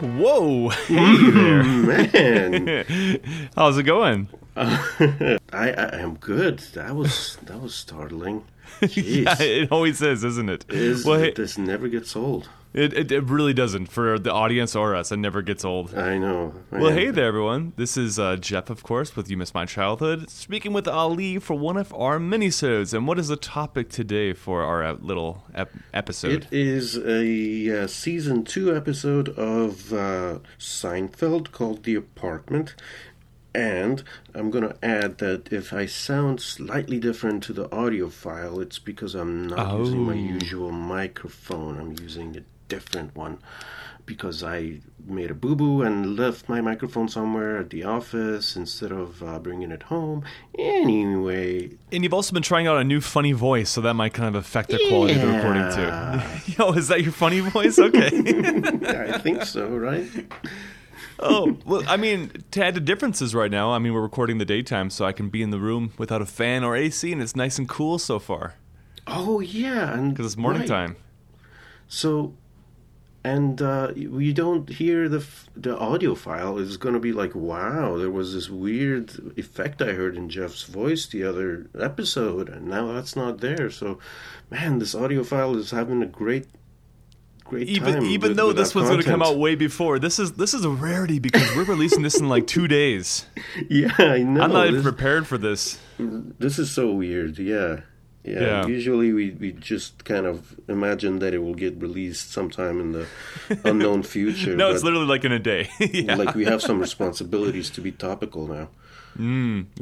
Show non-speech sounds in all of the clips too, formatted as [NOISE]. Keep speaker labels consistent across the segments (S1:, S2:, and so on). S1: Whoa! Hey there.
S2: Man,
S1: [LAUGHS] How's it going?
S2: I, I am good. That was that was startling.
S1: [LAUGHS]
S2: Jeez.
S1: Yeah, it always is, isn't it?
S2: Is-
S1: well, hey,
S2: this never gets old.
S1: it, it, it really doesn't for the audience or us. It never gets old.
S2: I know.
S1: Well,
S2: man.
S1: hey there, everyone. This is uh, Jeff, of course, with You Miss My Childhood, speaking with Ali for one of our minisodes. And what is the topic today for our uh, little ep- episode?
S2: It is a uh, season two episode of uh, Seinfeld called The Apartment. And I'm going to add that if I sound slightly different to the audio file, it's because I'm not using my
S1: Oh.
S2: usual microphone. I'm using a different one because I made a boo boo and left my microphone somewhere at the office instead of uh, bringing it home. Anyway,
S1: and you've also been trying out a new funny voice, so that might kind of affect the quality of the recording, too. [LAUGHS] Yo, is that your funny voice? Okay.
S2: I think
S1: [LAUGHS]
S2: so, right?
S1: oh, well, I mean, to add to differences right now, I mean, we're recording the daytime, so I can be in the room without a fan or AC, and it's nice and cool so far
S2: Oh, yeah.
S1: because it's morning time.
S2: So, and uh, you don't hear the f- the audio file is going to be like, wow, there was this weird effect I heard in Jeff's voice the other episode, and now that's not there. So, man, this audio file is having a great, great
S1: Even
S2: time.
S1: even
S2: with-
S1: though
S2: with
S1: this
S2: our
S1: one's going to come out
S2: content.
S1: way before, this is this is a rarity because we're releasing this in like two days.
S2: [LAUGHS] yeah, I know.
S1: I'm not even
S2: this,
S1: prepared for this.
S2: this is so weird. Yeah. Yeah,
S1: Yeah.
S2: usually we, we just kind of imagine that it will get released sometime in the
S1: [LAUGHS]
S2: unknown future.
S1: No, it's
S2: but
S1: literally like in a day. [LAUGHS] yeah,
S2: like we have some responsibilities to be topical now.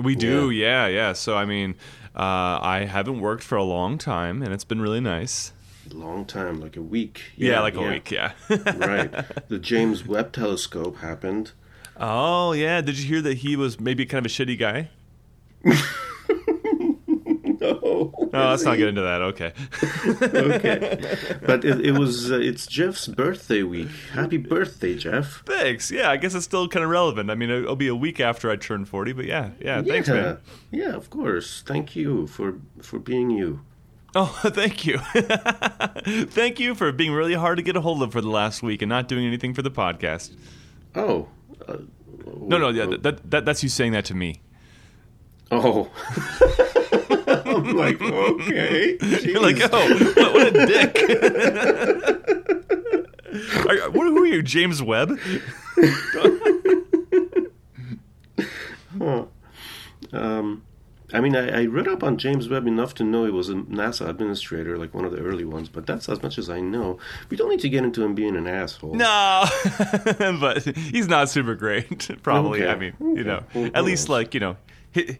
S1: we do. Yeah, yeah. So I mean, uh, I haven't worked for a long time, and it's been really nice.
S2: long time, like a week.
S1: Yeah, like a week. Yeah.
S2: [LAUGHS]
S1: [LAUGHS]
S2: right. The James Webb Telescope happened.
S1: oh yeah. Did you hear that he was maybe kind of a shitty guy?
S2: No.
S1: No, let's not get into that. Okay.
S2: okay. [LAUGHS] But it, it was. Uh, it's Jeff's birthday week. Happy birthday, Jeff.
S1: Thanks. Yeah, I guess it's still kind of relevant. I mean, it'll it'll be a week after I turn 40, but yeah, yeah, thanks,
S2: yeah.
S1: man.
S2: Yeah, of course. Thank you for for being you.
S1: Oh, [LAUGHS] thank you. thank you for being really hard to get a hold of for the last week and not doing anything for the podcast.
S2: Oh. Uh,
S1: No, no, yeah, that, that, that's you saying that to me.
S2: Oh. [LAUGHS] I'm like okay.
S1: [LAUGHS] You're like, oh, what, what a dick. [LAUGHS] Are you- what- who are you, James Webb?
S2: Um, I mean, I, I read up on James Webb enough to know he was a NASA administrator, like one of the early ones, but that's as much as I know. We don't need to get into him being an asshole.
S1: No, [LAUGHS] but he's not super great. [LAUGHS] Probably. I mean,
S2: Okay.
S1: you know,
S2: Okay.
S1: at least like you know, he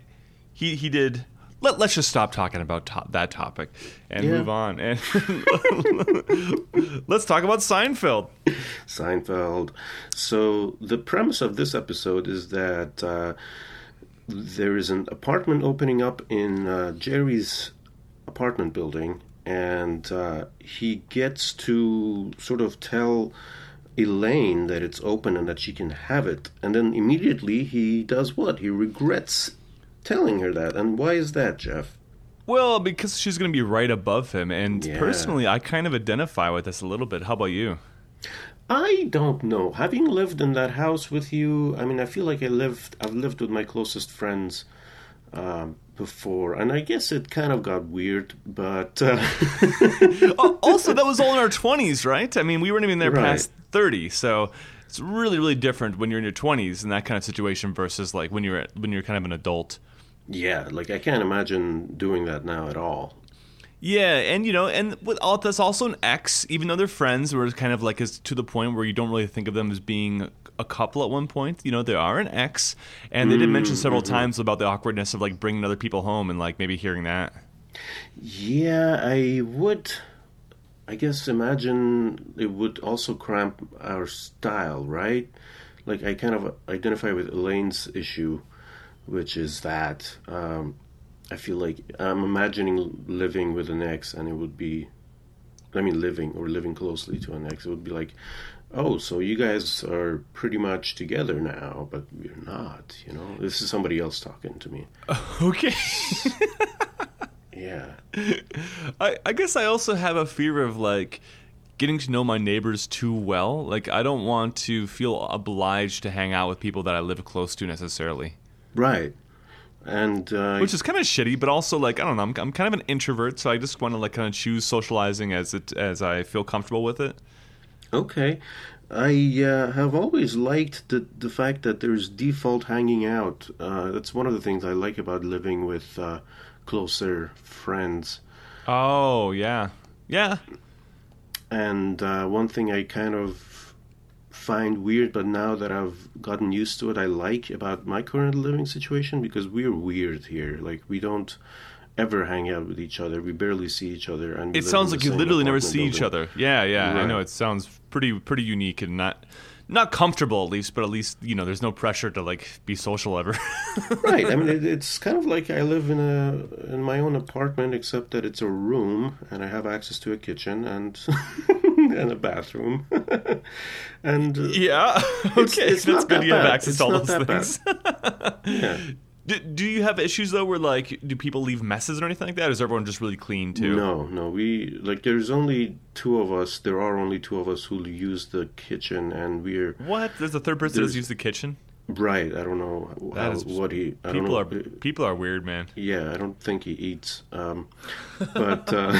S1: he, he did. Let, let's just stop talking about to- that topic and
S2: Yeah.
S1: move on. And [LAUGHS] let's talk about Seinfeld.
S2: Seinfeld. So, the premise of this episode is that uh, there is an apartment opening up in uh, Jerry's apartment building, and uh, he gets to sort of tell Elaine that it's open and that she can have it. And then immediately he does what? He regrets telling her that. And why is that, Jeff?
S1: Well, because she's going to be right above him, and
S2: Yeah.
S1: personally, I kind of identify with this a little bit. How about you?
S2: I don't know. Having lived in that house with you, I mean, I feel like I lived. I've lived with my closest friends um, before, and I guess it kind of got weird. But uh, [LAUGHS]
S1: Al- Oh, also, that was all in our twenties, right? I mean, we weren't even there
S2: Right.
S1: past thirty, so it's really, really different when you're in your twenties in that kind of situation versus like when you're at, when you're kind of an adult.
S2: yeah, like I can't imagine doing that now at all.
S1: Yeah, and you know, and with all that's also an ex, even though they're friends, where it's kind of like it's to the point where you don't really think of them as being a couple at one point. You know, they are an ex, and they did mention several times about the awkwardness of like bringing other people home and like maybe hearing that.
S2: Yeah, I would. I guess imagine it would also cramp our style, right? Like I kind of identify with Elaine's issue, which is that um, I feel like I'm imagining living with an ex, and it would be, I mean, living or living closely to an ex, it would be like, oh, so you guys are pretty much together now, but you're not. You know, this is somebody else talking to me.
S1: Okay.
S2: Yeah.
S1: I, I guess I also have a fear of like getting to know my neighbors too well. Like I don't want to feel obliged to hang out with people that I live close to necessarily.
S2: Right. And uh,
S1: Which is kind of shitty, but also like I don't know, I'm, I'm kind of an introvert, so I just want to like kind of choose socializing as it as I feel comfortable with it.
S2: okay, I uh, have always liked the the fact that there's default hanging out. Uh, that's one of the things I like about living with uh, closer friends.
S1: Oh yeah, yeah.
S2: And uh, one thing I kind of find weird, but now that I've gotten used to it, I like about my current living situation because we're weird here. Like we don't ever hang out with each other. We barely see each other. And we
S1: It
S2: live
S1: sounds
S2: in
S1: like
S2: the
S1: you
S2: same
S1: literally never
S2: apartment
S1: see each
S2: building.
S1: other. Yeah, yeah. I
S2: Right.
S1: know it sounds pretty pretty unique and not not comfortable at least, but at least you know there's no pressure to like be social ever. [LAUGHS]
S2: right. I mean, it, it's kind of like I live in a in my own apartment, except that it's a room and I have access to a kitchen and [LAUGHS] and a bathroom. [LAUGHS] and uh,
S1: yeah. Okay. [LAUGHS]
S2: it's
S1: that's
S2: not
S1: good.
S2: that
S1: You have
S2: bad.
S1: access
S2: It's
S1: to all
S2: not
S1: those
S2: that bad.
S1: things. [LAUGHS]
S2: yeah.
S1: do, do you have issues though, where like do people leave messes or anything like that? Or is everyone just really clean too?
S2: no, no, we like there's only two of us. There are only two of us who use the kitchen, and we're
S1: What? There's a third person that
S2: There's-
S1: used the kitchen.
S2: right. I don't know how,
S1: That is-
S2: what he. I don't
S1: People
S2: know.
S1: are people are weird, man.
S2: Yeah, I don't think he eats. Um, but uh,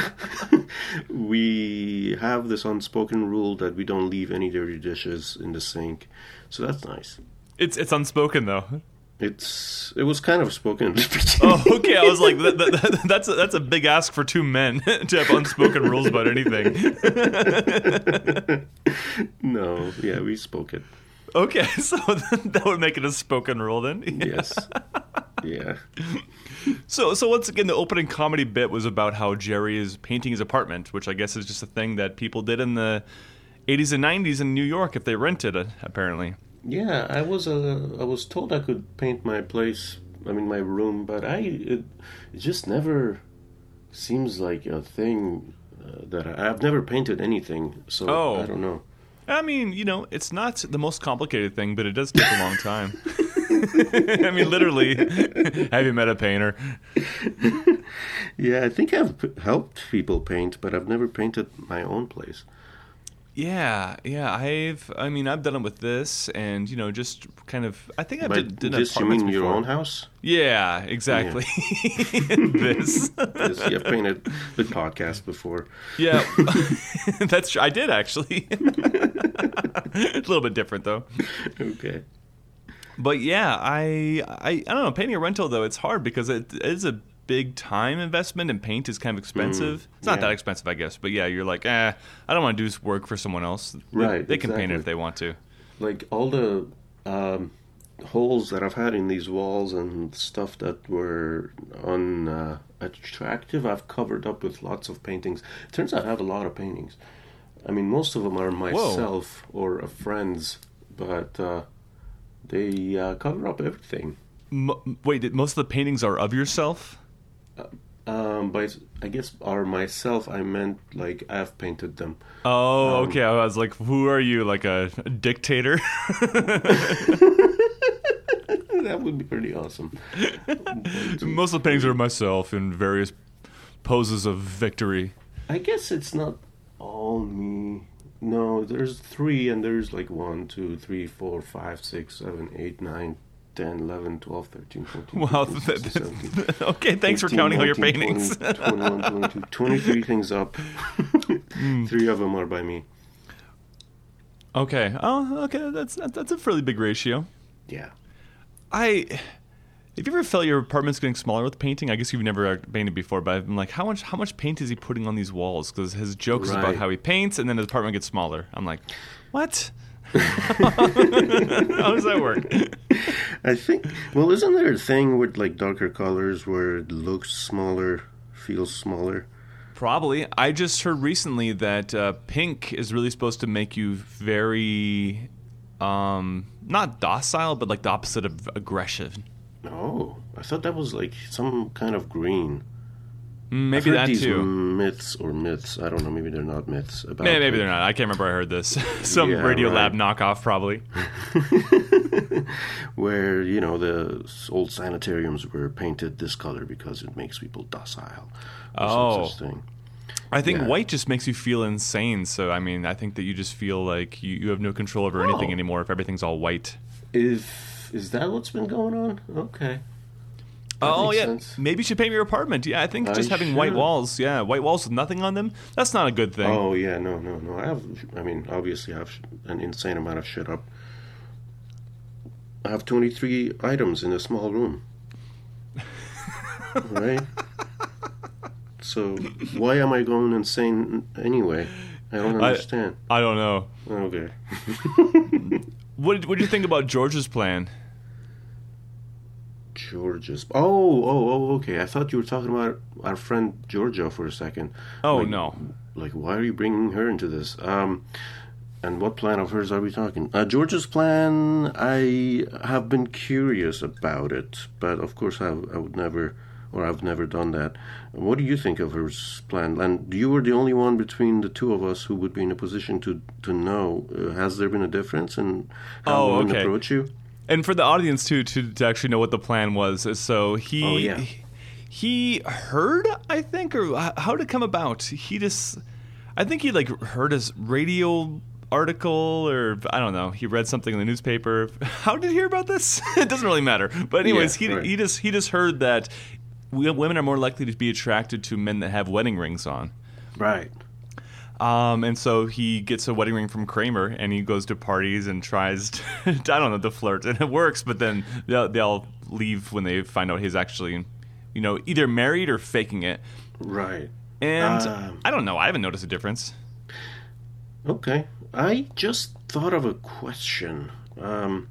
S2: [LAUGHS] we have this unspoken rule that we don't leave any dirty dishes in the sink, so that's nice.
S1: It's it's unspoken
S2: [LAUGHS]
S1: though. [LAUGHS]
S2: It's it was kind of spoken. [LAUGHS]
S1: Oh, okay. I was like, that, that, that- that's a, that's a big ask for two men [LAUGHS] to have unspoken rules about anything. [LAUGHS]
S2: no, yeah, we spoke it.
S1: Okay, [LAUGHS] so then that would make it a spoken rule then.
S2: Yes,
S1: [LAUGHS]
S2: yeah,
S1: So, so once again, the opening comedy bit was about how Jerry is painting his apartment, which I guess is just a thing that people did in the 80s and 90s in New York if they rented it, apparently.
S2: yeah. I was uh, I was told I could paint my place. I mean, my room, but I it, it just never seems like a thing uh, that I, I've never painted anything. So
S1: Oh.
S2: I don't know.
S1: I mean, you know, it's not the most complicated thing, but it does take a long time. [LAUGHS] I mean, literally, [LAUGHS] have you met a painter?
S2: Yeah, I think I've p- helped people paint, but I've never painted my own place.
S1: Yeah, yeah. I've, I mean, I've done it with this, and you know, just kind of. I think I
S2: By
S1: did, did
S2: this, you
S1: apartments
S2: mean your
S1: before.
S2: own house?
S1: Yeah, exactly. [LAUGHS] this.
S2: Yes, yeah, I've painted the
S1: [LAUGHS]
S2: podcast before. [LAUGHS]
S1: Yeah, that's true. I did actually. [LAUGHS] a little bit different though.
S2: Okay.
S1: But yeah, I, I I don't know. Painting a rental though, it's hard because it is a big time investment, and paint is kind of expensive. it's not
S2: Mm, yeah.
S1: that expensive, I guess. But yeah, you're like, eh, I don't want to do this work for someone else. They-
S2: Right,
S1: They, can paint it
S2: exactly.
S1: if they want to.
S2: Like all the um, holes that I've had in these walls and stuff that were unattractive, uh, attractive, I've covered up with lots of paintings. Turns out I have a lot of paintings. I mean, most of them are myself or a friend's, but uh, they uh, cover up everything.
S1: M- wait, did- most of the paintings are of yourself.
S2: Um, by I guess or myself, I meant like I've painted them. [LAUGHS]
S1: Oh, okay. I was like, who are you? Like a dictator? [LAUGHS]
S2: That would be pretty awesome.
S1: most of the paintings are myself in various poses of victory.
S2: I guess it's not all me. No, there's three, and there's like one, two, three, four, five, six, seven, eight, nine, ten, eleven, twelve, thirteen, fourteen.
S1: Wow.
S2: 15,
S1: that-
S2: 16, 17,
S1: that- okay, [LAUGHS] thanks for
S2: 18,
S1: counting all your
S2: 19,
S1: paintings.
S2: 20, 21, 22, 23 things up.
S1: Hmm.
S2: Three of them are by me.
S1: [LAUGHS] okay. Oh, okay. That's that- that's a fairly big ratio.
S2: Yeah.
S1: I. Have you ever felt your apartment's getting smaller with painting? I guess you've never painted before, but I'm like, how much how much paint is he putting on these walls? Because his joke is about
S2: Right.
S1: how he paints, and then his apartment gets smaller. I'm like, what? [LAUGHS] how does that work?
S2: [LAUGHS] I think. Well, isn't there a thing with like darker colors where it looks smaller, feels smaller?
S1: Probably. I just heard recently that uh, pink is really supposed to make you very, um, not docile, but like the opposite of aggressive.
S2: Oh, I thought that was like some kind of green.
S1: Mm,
S2: I've
S1: Maybe
S2: heard
S1: that
S2: these
S1: too.
S2: myths or myths. I don't know. Maybe they're not myths. About
S1: Maybe, maybe they're not. I can't remember. I heard this. [LAUGHS] Some
S2: Yeah,
S1: Radio
S2: right.
S1: Lab knockoff, probably.
S2: where you know the s- old sanitariums were painted this color because it makes people docile. or some
S1: Oh.
S2: such thing.
S1: I think
S2: Yeah.
S1: white just makes you feel insane. So I mean, I think that you just feel like you, you have no control over anything
S2: Oh.
S1: anymore if everything's all white.
S2: If is that what's been going on? Okay.
S1: oh
S2: makes
S1: yeah,
S2: sense.
S1: maybe you should paint your apartment. Yeah, I think
S2: I
S1: just having white
S2: should.
S1: walls, yeah, white walls with nothing on them, that's not a good thing.
S2: Oh yeah, no, no, no. I have. I mean, obviously, I have an insane amount of shit up. I have twenty-three items in a
S1: [LAUGHS]
S2: small room. right. So why am I going insane anyway? I don't
S1: I-
S2: understand.
S1: I don't know.
S2: Okay.
S1: What did, what do you think about George's plan?
S2: Georgia's. Oh, oh, oh. Okay. I thought you were talking about our friend Georgia for a second.
S1: Oh
S2: Like,
S1: no,
S2: like why are you bringing her into this um and what plan of hers are we talking uh, george's plan i have been curious about it but of course I, I would never or i've never done that what do you think of hers plan and you were the only one between the two of us who would be in a position to to know uh, has there been a difference in how
S1: Oh,
S2: women
S1: okay.
S2: approach you
S1: and for the audience too to, to actually know what the plan was so he
S2: Oh, yeah.
S1: he heard i think or h- how did it come about he just i think he like heard his radio article or i don't know he read something in the newspaper [LAUGHS] how did he hear about this [LAUGHS] it doesn't really matter but anyways
S2: Yeah,
S1: he,
S2: right.
S1: he just he just heard that we- women are more likely to be attracted to men that have wedding rings on
S2: right
S1: um, and so he gets a wedding ring from Kramer, and he goes to parties and tries, to, [LAUGHS] I don't know, to flirt, and it works. But then they'll, they'll leave when they find out he's actually, you know, either married or faking it.
S2: right
S1: And
S2: Um.
S1: I don't know. I haven't noticed a difference.
S2: Okay. I just thought of a question. Um,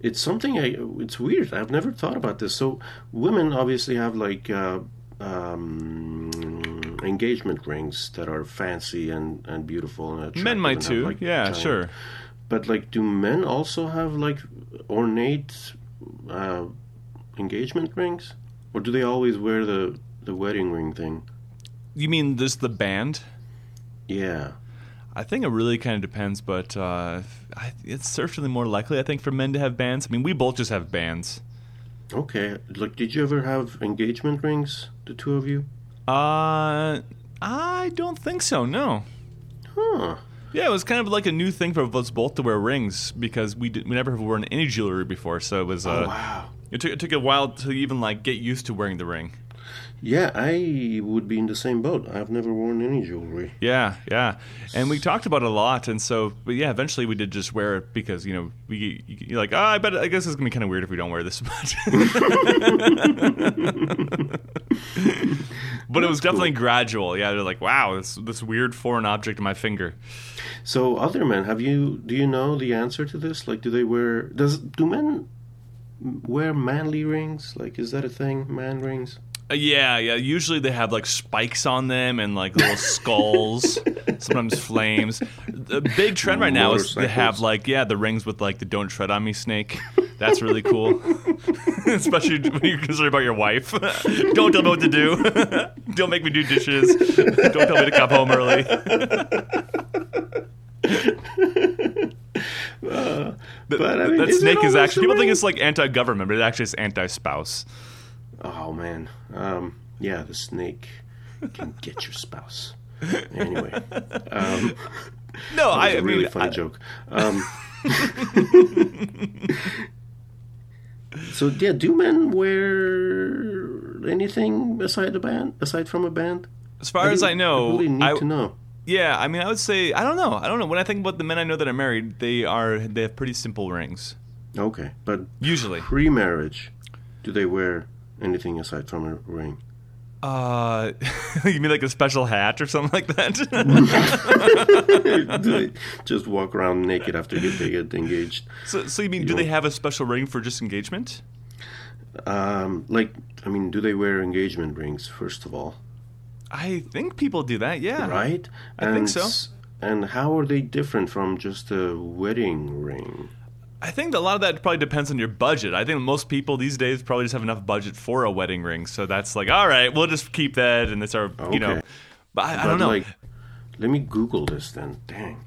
S2: it's something I. It's weird. I've never thought about this. So women obviously have like uh, um, engagement rings that are fancy and and beautiful and attractive.
S1: Men might
S2: and have,
S1: too.
S2: like,
S1: yeah,
S2: giant-
S1: sure.
S2: But like, do men also have like ornate uh, engagement rings, or do they always wear the the wedding ring thing?
S1: You mean just the band?
S2: Yeah.
S1: I think it really kind of depends, but uh, I, it's certainly more likely, I think, for men to have bands. I mean, we both just have bands.
S2: Okay. Like, did you ever have engagement rings, the two of you?
S1: Uh, I don't think so. No.
S2: Huh.
S1: Yeah, it was kind of like a new thing for us both to wear rings because we did, we never have worn any jewelry before, so it was uh,
S2: oh, wow.
S1: it took it took a while to even like get used to wearing the ring.
S2: Yeah, I would be in the same boat. I've never worn any jewelry.
S1: Yeah, yeah, and we talked about it a lot, and so but yeah, eventually we did just wear it because you know we you- you're like oh, I bet I guess it's gonna be kind of weird if we don't wear this much. [LAUGHS] but it was definitely gradual. Yeah, they're like wow, this this weird foreign object in my finger.
S2: So, other men, have you? Do you know the answer to this? Like, do they wear? Does do men wear manly rings? Like, is that a thing? Man rings?
S1: Uh, Yeah, yeah. Usually they have like spikes on them and like little
S2: [LAUGHS]
S1: skulls, sometimes flames. The big trend right now is they have
S2: Motorcycles.
S1: like yeah the rings with like the "Don't Tread on Me" snake. That's really cool, [LAUGHS] especially when you're concerned about your wife. [LAUGHS] Don't tell me what to do. [LAUGHS] Don't make me do dishes. Don't tell me to come home
S2: [LAUGHS]
S1: early.
S2: but I mean,
S1: that
S2: is it
S1: snake is
S2: always
S1: actually
S2: the
S1: people think
S2: way?
S1: it's like anti-government, but it actually is anti-spouse.
S2: Oh man. Um. Yeah, the snake can get your spouse. Anyway, um,
S1: No, I,
S2: it's
S1: I
S2: a really
S1: mean
S2: funny joke.
S1: [LAUGHS]
S2: Um, so yeah, do men wear anything aside a band, aside from a band?
S1: as far as
S2: do-
S1: I know,
S2: really need
S1: I-
S2: to know.
S1: Yeah, I mean, I would say I don't know. I don't know. When I think about the men I know that are married, they are they have pretty simple rings
S2: Okay, but
S1: usually.
S2: pre-marriage, do they wear anything aside from a ring? [LAUGHS]
S1: Uh, [LAUGHS] you mean like a special hat or something like that? [LAUGHS]
S2: do they just walk around naked after they get engaged?
S1: so, so you mean do they have a special ring for just engagement?
S2: Um, like, I mean, do they wear engagement rings first of all?
S1: I think people do that. Yeah.
S2: right?
S1: Uh-huh. I think so.
S2: s- And how are they different from just a wedding ring?
S1: I think that a lot of that probably depends on your budget. I think most people these days probably just have enough budget for a wedding ring, so that's like, all right, we'll just keep that, and it's our, you know.
S2: Okay.
S1: But I, I
S2: But,
S1: don't know.
S2: Like, let me Google this then. Dang.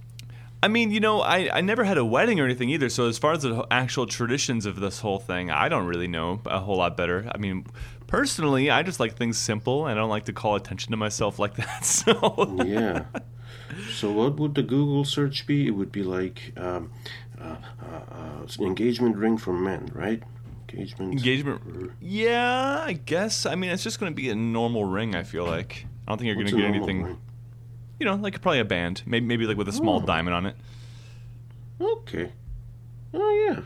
S1: I mean, you know, I, I never had a wedding or anything either. So as far as the ho- actual traditions of this whole thing, I don't really know a whole lot better. I mean, Personally, I just like things simple, and I don't like to call attention to myself like [LAUGHS] that. So [LAUGHS]
S2: yeah. So what would the Google search be? It would be like um, uh, uh, uh, engagement ring for men, right? Engagement.
S1: engagement. Yeah, I guess. I mean, it's just going to be a normal ring. I feel like I don't think you're going
S2: What's
S1: to
S2: a
S1: get
S2: normal
S1: anything.
S2: ring?
S1: You know, like probably a band, maybe maybe like with a small
S2: Oh.
S1: diamond on it.
S2: Okay. Oh yeah.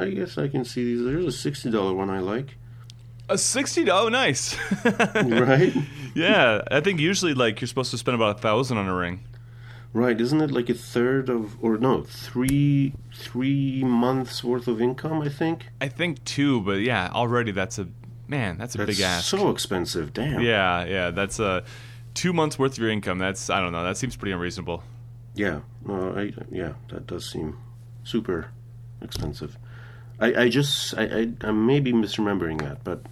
S2: I guess I can see these. There's a sixty dollar one I like. [LAUGHS]
S1: A sixty. Oh, nice. [LAUGHS]
S2: Right.
S1: Yeah, I think usually like you're supposed to spend about a thousand on a ring.
S2: right. Isn't it like a third of or no three three months worth of income? I think.
S1: I think two, but yeah, already that's a man. That's a
S2: That's
S1: big ask.
S2: so expensive. Damn.
S1: Yeah, yeah, that's uh, two months worth of your income. That's I don't know. That seems pretty unreasonable.
S2: Yeah, no, I yeah, that does seem super expensive. I, I just I, I I may be misremembering that, but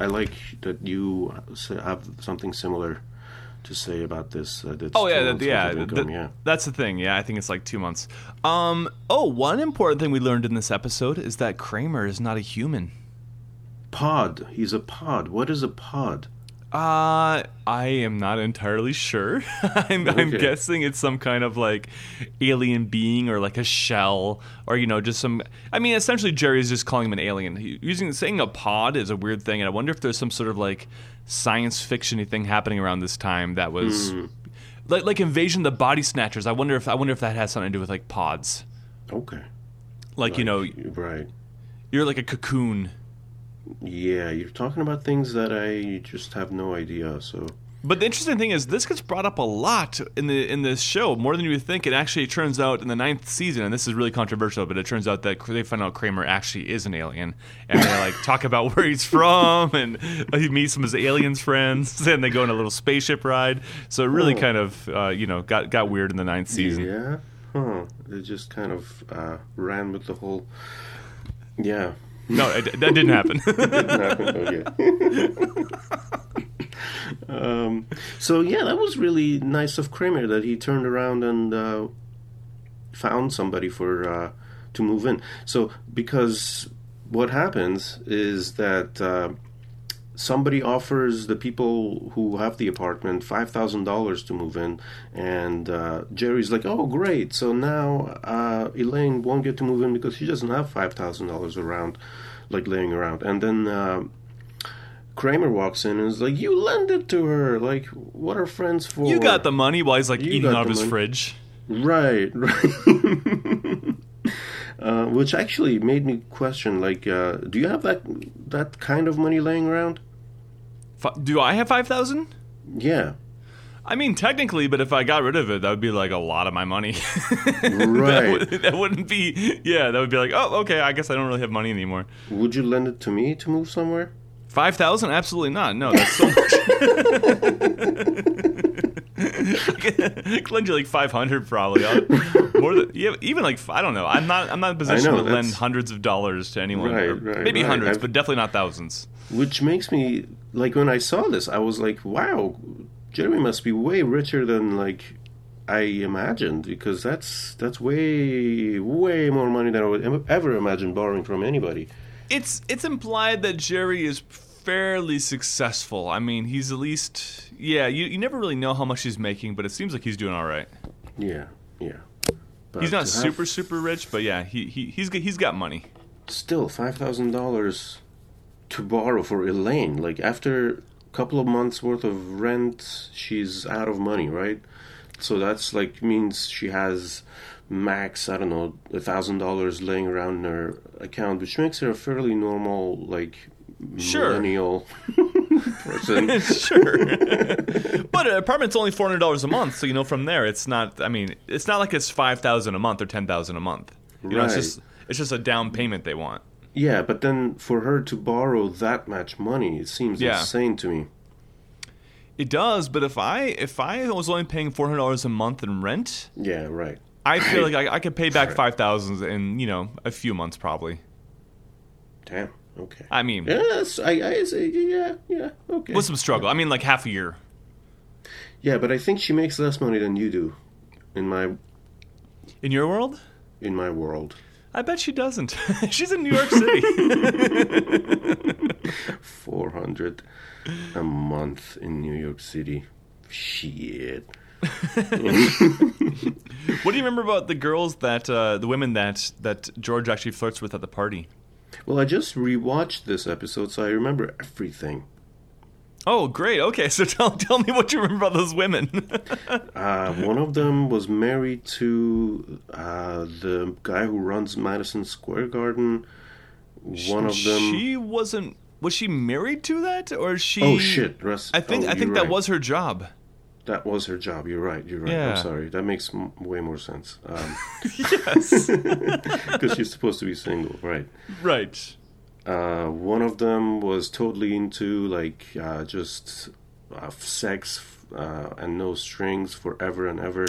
S2: I like that you s- have something similar to say about this. uh, That it's
S1: Oh yeah,
S2: two
S1: that,
S2: months worth
S1: yeah,
S2: of
S1: th-
S2: income,
S1: th-
S2: yeah.
S1: That's the thing. Yeah, I think it's like two months. Um. Oh, one important thing we learned in this episode is that Kramer is not a human.
S2: Pod. He's a pod. What is a pod?
S1: Uh, I am not entirely sure. [LAUGHS] I'm, I'm
S2: Okay.
S1: guessing it's some kind of like alien being or like a shell or, you know, just some. I mean, essentially, Jerry's just calling him an alien. He- Using saying a pod is a weird thing, and I wonder if there's some sort of like science fiction thing happening around this time that was like like Invasion of the Body Snatchers. I wonder if I wonder if that has something to do with like pods.
S2: Okay,
S1: Like, you know,
S2: right.
S1: you're like a cocoon.
S2: Yeah, you're talking about things that I just have no idea. So
S1: But the interesting thing is, this gets brought up a lot in the in this show, more than you would think. It actually turns out in the ninth season, and this is really controversial, but it turns out that they find out Kramer actually is an alien, and they
S2: [LAUGHS]
S1: like talk about where he's from, and he meets some of his aliens friends, [LAUGHS] and they go on a little spaceship ride. So it really
S2: Oh.
S1: kind of uh, you know got got weird in the ninth season.
S2: yeah, huh? They just kind of uh, ran with the whole. Yeah.
S1: No, it, that didn't
S2: [LAUGHS]
S1: happen.
S2: oh, [LAUGHS] um, so yeah, that was really nice of Kramer that he turned around and uh, found somebody for uh, to move in. So because what happens is that uh, somebody offers the people who have the apartment five thousand dollars to move in, and uh, Jerry's like, "Oh, great! So now uh, Elaine won't get to move in because she doesn't have five thousand dollars around, like laying around." And then. Um, Kramer walks in and is like, "You lend it to her. Like, what are friends for?"
S1: you got the money while he's like
S2: You
S1: eating
S2: got
S1: out of
S2: the
S1: his
S2: money.
S1: fridge.
S2: Right, [LAUGHS] right. uh, which actually made me question, like, uh, do you have that that kind of money laying around?
S1: Fi- Do I have five thousand?
S2: Yeah,
S1: I mean, technically, but if I got rid of it, that would be like a lot of my money. [LAUGHS] that,
S2: right.
S1: would, that wouldn't be, yeah, that would be like, oh, okay, I guess I don't really have money anymore.
S2: Would you lend it to me to move somewhere?
S1: 5,000? Absolutely not. No, that's so much. [LAUGHS] I could lend you like 500 probably. I'll- More than, yeah, even like, I don't know. I'm not, I'm not in a position
S2: know,
S1: to lend
S2: that's-
S1: hundreds of dollars to anyone.
S2: Right,
S1: or
S2: right,
S1: maybe
S2: right.
S1: 100s
S2: I've-
S1: but definitely not thousands.
S2: Which makes me like when I saw this, I was like, wow, Jeremy must be way richer than like I imagined because that's that's way way more money than I would em- ever imagine borrowing from anybody.
S1: it's it's implied that Jerry is fairly successful. I mean, he's at least yeah. You you never really know how much he's making, but it seems like he's doing all right.
S2: Yeah, yeah. But
S1: He's not
S2: to have-
S1: super super rich, but yeah, he he he's got, he's got money.
S2: still five thousand dollars to borrow for Elaine. Like after a couple of months worth of rent, she's out of money, right? So that's like means she has max I don't know a thousand dollars laying around in her account, which makes her a fairly normal like
S1: Sure. [LAUGHS]
S2: millennial person.
S1: sure, [LAUGHS] but an apartment's only four hundred dollars a month, so you know from there it's not. I mean, it's not like it's five thousand a month or ten thousand a month. You know, it's
S2: Right.
S1: just it's just a down payment they want.
S2: yeah, but then for her to borrow that much money, it seems
S1: Yeah.
S2: insane to me.
S1: It does, but if I if I was only paying four hundred dollars a month in rent,
S2: Yeah, right.
S1: I feel like I, I could pay back five thousand in you know a few months probably.
S2: Damn. Okay.
S1: I mean,
S2: Yes, I, I say, yeah, yeah, okay.
S1: with some struggle. I mean, like half a year.
S2: Yeah, but I think she makes less money than you do in my
S1: In your world, [LAUGHS]
S2: in my world.
S1: I bet she doesn't. [LAUGHS] She's in New York
S2: [LAUGHS]
S1: City.
S2: 400 a month in New York City. Shit.
S1: what do you remember about the girls that uh, the women that that George actually flirts with at the party?
S2: Well, I just rewatched this episode, so I remember everything.
S1: Oh, great. Okay, so [LAUGHS] tell tell me what you remember about those women. [LAUGHS]
S2: Uh, one of them was married to uh, the guy who runs Madison Square Garden. One of them.
S1: She wasn't. Was she married to that, or she?
S2: oh shit! Russ,
S1: I think
S2: oh,
S1: I
S2: you're
S1: think that
S2: right.
S1: was her job.
S2: that was her job. You're right. You're right.
S1: Yeah.
S2: I'm sorry. That makes m- way more sense. Um,
S1: [LAUGHS]
S2: [LAUGHS]
S1: Yes.
S2: because she's supposed to be single, right?
S1: right.
S2: Uh, one of them was totally into like uh, just uh, sex uh, and no strings forever and ever.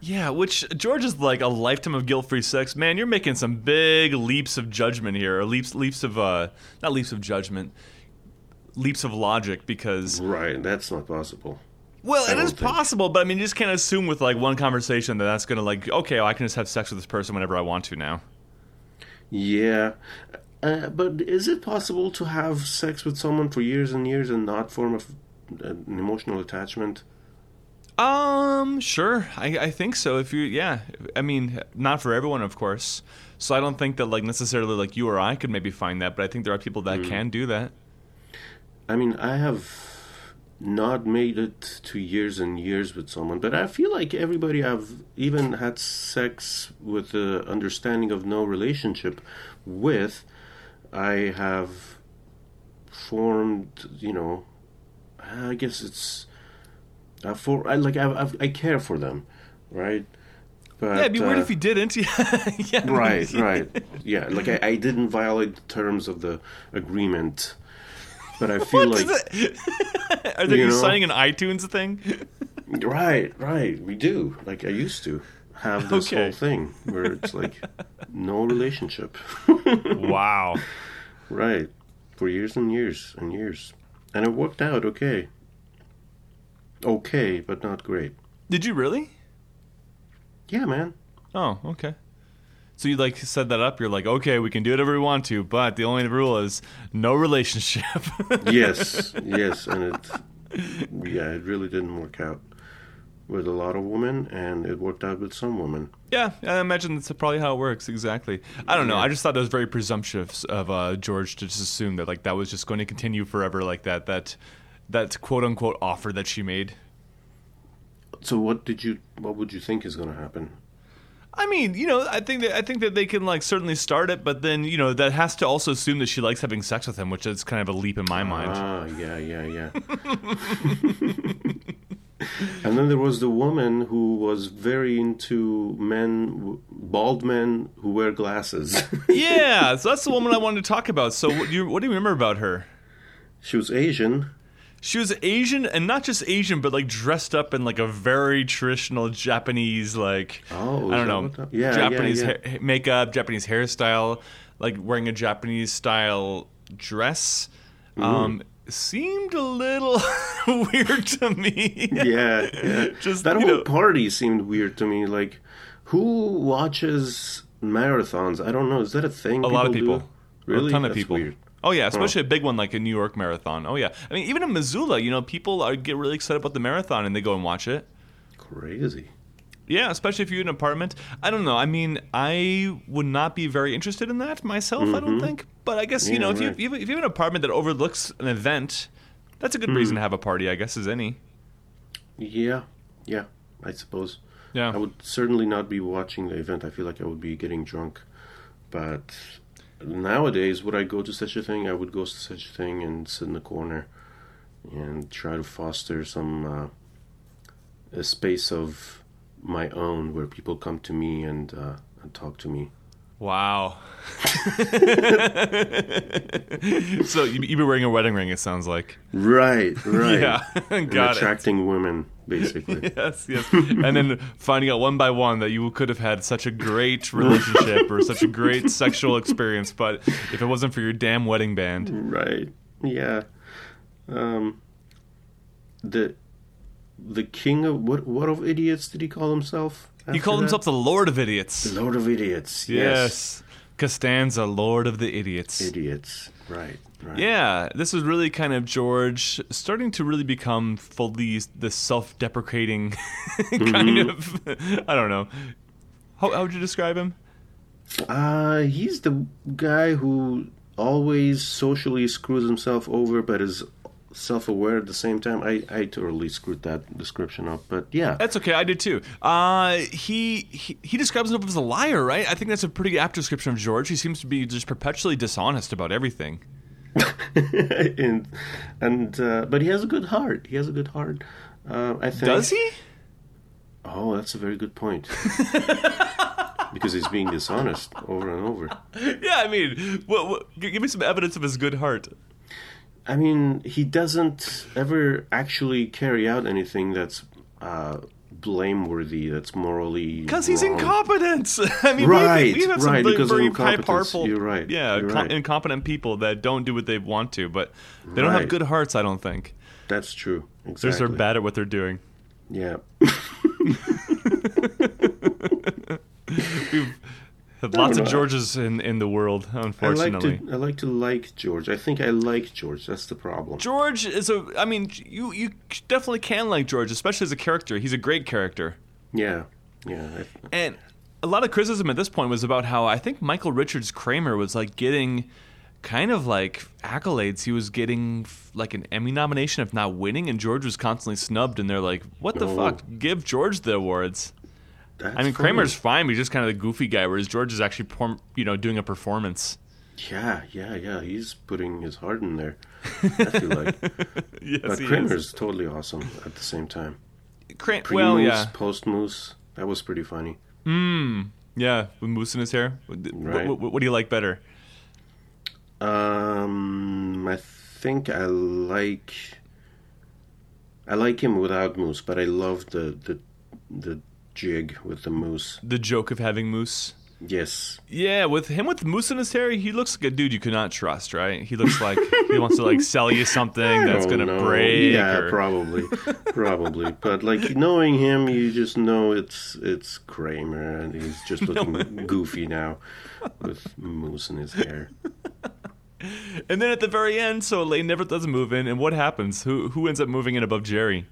S1: Yeah, which George is like a lifetime of guilt-free sex. Man, you're making some big leaps of judgment here, or leaps leaps of uh, not leaps of judgment, leaps of logic. Because
S2: Right, that's not possible.
S1: well, it
S2: don't
S1: is
S2: think-
S1: possible, but I mean, you just can't assume with like one conversation that that's gonna like okay, I can just have sex with this person whenever I want to now.
S2: Yeah. Uh, but is it possible to have sex with someone for years and years and not form a f- an emotional attachment?
S1: Um, sure. I, I think so. If you, yeah, I mean, not for everyone, of course. So I don't think that like necessarily like you or I could maybe find that, but I think there are people
S2: Hmm.
S1: that can do that.
S2: I mean, I have not made it to years and years with someone, but I feel like everybody I've even had sex with the understanding of no relationship with, I have formed, you know, I guess it's uh, for I like I've, I've, I care for them, right? But,
S1: Yeah, it'd be weird
S2: uh,
S1: if you didn't. [LAUGHS] yeah, [LAUGHS] yeah.
S2: Right, right. Yeah, like I, I didn't violate the terms of the agreement, but I feel like
S1: [LAUGHS] Are they
S2: You
S1: you
S2: know?
S1: signing an iTunes thing?
S2: Right, right. We do. Like I used to have this
S1: Okay.
S2: whole thing where it's like no relationship. [LAUGHS]
S1: wow.
S2: right. For years and years and years. And it worked out okay. Okay, but not great.
S1: Did you really?
S2: Yeah, man.
S1: Oh, okay. So you like set that up. You're like, okay, we can do whatever we want to, but the only rule is no relationship. [LAUGHS]
S2: Yes. yes, and it yeah, it really didn't work out with a lot of women and it worked out with some women.
S1: Yeah, I imagine that's probably how it works. Exactly. I don't know. I just thought that was very presumptuous of uh, George to just assume that like that was just going to continue forever like that. That that quote unquote offer that she made.
S2: So what did you what would you think is going to happen?
S1: I mean, you know, I think that I think that they can like certainly start it, but then you know that has to also assume that she likes having sex with him, which is kind of a leap in my
S2: [LAUGHS]
S1: mind.
S2: Ah, yeah, yeah, yeah. [LAUGHS] and then there was the woman who was very into men, bald men who wear glasses. [LAUGHS]
S1: yeah, so that's the woman I wanted to talk about. So what do you what do you remember about her?
S2: she was Asian.
S1: She was Asian, and not just Asian, but like dressed up in like a very traditional Japanese, like I
S2: Oh, is that
S1: don't know,
S2: what that- yeah, yeah,
S1: Japanese
S2: yeah.
S1: ha- makeup, Japanese hairstyle, like wearing a Japanese style dress.
S2: Mm-hmm.
S1: Um, seemed a little [LAUGHS] weird to me.
S2: Yeah, yeah.
S1: [LAUGHS] Just,
S2: that
S1: you
S2: whole
S1: know-
S2: party seemed weird to me. Like, who watches marathons? I don't know. Is that a thing?
S1: a lot of people,
S2: Really?
S1: a ton of
S2: That's
S1: people.
S2: Weird.
S1: Oh yeah, especially a big one like a New York marathon. Oh yeah, I mean even in Missoula, you know, people are get really excited about the marathon and they go and watch it.
S2: Crazy.
S1: Yeah, especially if you're in an apartment. I don't know. I mean, I would not be very interested in that myself. I don't think. But I guess you
S2: Yeah,
S1: know, if
S2: right.
S1: you if you have an apartment that overlooks an event, that's a good reason to have a party. I guess as any.
S2: Yeah, yeah. I suppose.
S1: Yeah.
S2: I would certainly not be watching the event. I feel like I would be getting drunk. But nowadays, would I go to such a thing? I would go to such a thing and sit in the corner and try to foster some uh, a space of my own where people come to me and, uh, and talk to me.
S1: Wow. [LAUGHS] so you you be wearing a wedding ring. It sounds like.
S2: Right,
S1: [LAUGHS]
S2: right.
S1: Yeah,
S2: And
S1: got it.
S2: attracting women, basically.
S1: [LAUGHS] Yes, yes. and then finding out one by one that you could have had such a great relationship or such a great sexual experience, but if it wasn't for your damn wedding band.
S2: Right. Yeah. Um, the the king of what? What of idiots did he call himself?
S1: He called
S2: after
S1: himself the Lord of Idiots.
S2: that? Lord of Idiots. Yes,
S1: Yes. Costanza, Lord of the Idiots.
S2: idiots. Right. Right.
S1: Yeah, this was really kind of George starting to really become fully the self-deprecating [LAUGHS] kind of. I don't know. How, how would you describe him?
S2: Uh, he's the guy who always socially screws himself over, but is self-aware at the same time. I, I totally screwed that description up, but yeah,
S1: That's okay. I did too. Uh, he, he he describes himself as a liar, right? I think that's a pretty apt description of George. He seems to be just perpetually dishonest about everything.
S2: [LAUGHS] and and uh, but he has a good heart. He has a good heart. Uh, I think.
S1: Does he?
S2: Oh, that's a very good point. because he's being dishonest over and over.
S1: [LAUGHS] Yeah, I mean, what, what, g- give me some evidence of his good heart.
S2: I mean, he doesn't ever actually carry out anything that's uh, blameworthy, that's morally.
S1: Because he's
S2: wrong.
S1: incompetent. [LAUGHS] I mean,
S2: Right,
S1: we, we have some
S2: right,
S1: very-
S2: because of
S1: very high
S2: incompetence.
S1: powerful,
S2: You're right,
S1: Yeah,
S2: you're
S1: co-
S2: right.
S1: incompetent people that don't do what they want to, but they don't have
S2: Right.
S1: good hearts. I don't think.
S2: That's true. Exactly.
S1: They're just- they're bad at what they're doing. [LAUGHS]
S2: Yeah.
S1: We've have lots
S2: no,
S1: of
S2: I-
S1: Georges in, in the world,
S2: I like
S1: unfortunately.
S2: to I like to like George. I think I like George. That's the problem.
S1: George is a. I mean, you you definitely can like George, especially as a character. He's a great character,
S2: Yeah. Yeah. I-
S1: and a lot of criticism at this point was about how I think Michael Richards Kramer was like getting kind of like accolades. He was getting f- like an Emmy nomination, if not winning, and George was constantly snubbed. And they're like, "What the
S2: No.
S1: fuck? Give George the awards."
S2: That's
S1: I mean,
S2: funny.
S1: Kramer's fine, but he's just kind of the goofy guy, whereas George is actually, perform, you know, doing a performance. [LAUGHS]
S2: Yeah, yeah, yeah. He's putting his heart in there. I feel like,
S1: Yes,
S2: but
S1: he is.
S2: Kramer's totally awesome at the same time.
S1: Kra-
S2: Pre
S1: well,
S2: moose,
S1: yeah,
S2: post moose. That was pretty funny.
S1: yeah, with moose in his hair. What,
S2: Right.
S1: what- what- what do you like better?
S2: Um, I think I like. I like him without moose, but I love the the the jig with the moose.
S1: The joke of having moose.
S2: Yes,
S1: Yeah, with him with moose in his hair, he looks like a dude you could not trust, right? He looks like [LAUGHS] he wants to like sell you something that's
S2: Oh,
S1: gonna
S2: no.
S1: break.
S2: Yeah,
S1: or- [LAUGHS]
S2: probably, probably. But like knowing him, you just know it's it's Kramer, and he's just
S1: [LAUGHS]
S2: looking goofy now with moose in
S1: [LAUGHS]
S2: his hair.
S1: and then at the very end, so Elaine never does move in, and what happens? Who who ends up moving in above Jerry?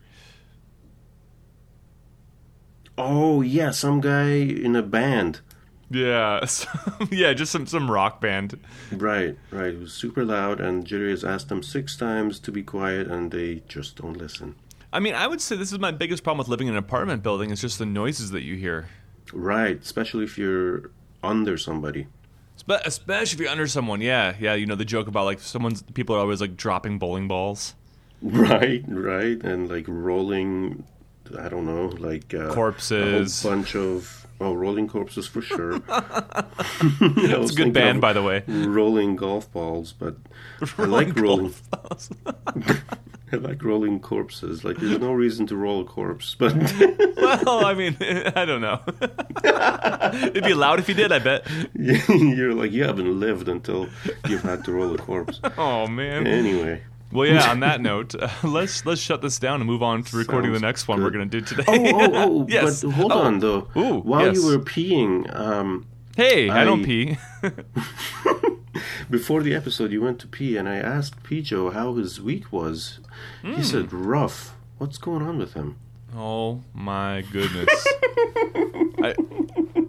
S2: Oh yeah, some guy in a band.
S1: [LAUGHS] Yeah, some, yeah, just some some rock band.
S2: Right, right. It was super loud, and Jerry has asked them six times to be quiet, and they just don't listen.
S1: I mean, I would say this is my biggest problem with living in an apartment building is just the noises that you hear.
S2: Right, especially if you're under somebody. [LAUGHS]
S1: Spe- especially if you're under someone. Yeah, yeah, you know the joke about like someone's people are always like dropping bowling balls,
S2: Right, right, and like rolling. I don't know, like uh,
S1: corpses.
S2: A whole bunch of oh, rolling corpses for sure. [LAUGHS] That's
S1: It's a good band, by the way.
S2: Rolling golf balls,
S1: [LAUGHS]
S2: but I like rolling. I like rolling corpses. Like there's no reason to roll a corpse, but [LAUGHS]
S1: Well, I mean, [LAUGHS] I don't know. It'd be loud if you did, I bet.
S2: you're like you haven't lived until you've had to roll a corpse.
S1: Oh man.
S2: Anyway.
S1: Well, yeah. On that note, [LAUGHS] uh, let's let's shut this down and move on to recording
S2: Sounds
S1: the next one we're gonna do today.
S2: Oh, oh,
S1: [LAUGHS]
S2: oh!
S1: Yes.
S2: But hold
S1: Oh.
S2: on, though.
S1: Ooh,
S2: While
S1: yes.
S2: you were peeing, um,
S1: hey, I, don't
S2: I-
S1: pee. [LAUGHS]
S2: before the episode, you went to pee, and I asked Pijo how his week was.
S1: Hmm.
S2: He said rough. What's going on with him?
S1: Oh my
S2: [LAUGHS]
S1: goodness. I,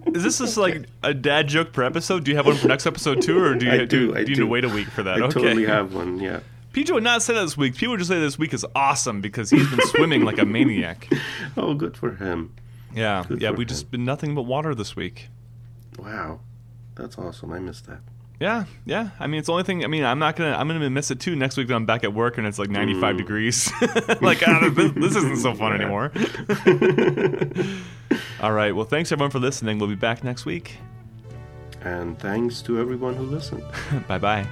S1: is this just like a dad joke per episode? Do you have one for next episode too, or do you
S2: I do, I
S1: you need to
S2: do.
S1: wait a week for that?
S2: I
S1: Uh, okay.
S2: totally
S1: [LAUGHS]
S2: have one. Yeah.
S1: PJ would not say that this week. PJ would just say this week is awesome because he's been swimming like a maniac.
S2: Oh, good for him.
S1: Yeah,
S2: Good
S1: yeah.
S2: for
S1: We've just been nothing but water this week.
S2: Wow, that's awesome. I
S1: [LAUGHS]
S2: missed that. [LAUGHS]
S1: Yeah, yeah. I mean, it's the only thing. I mean, I'm not gonna. I'm gonna miss it too next week when I'm back at work and it's like 95 degrees. [LAUGHS] like, ah, this, this isn't so fun anymore. All right. Well, thanks everyone for listening. We'll be back next week. [LAUGHS]
S2: And thanks to everyone who listened.
S1: bye bye.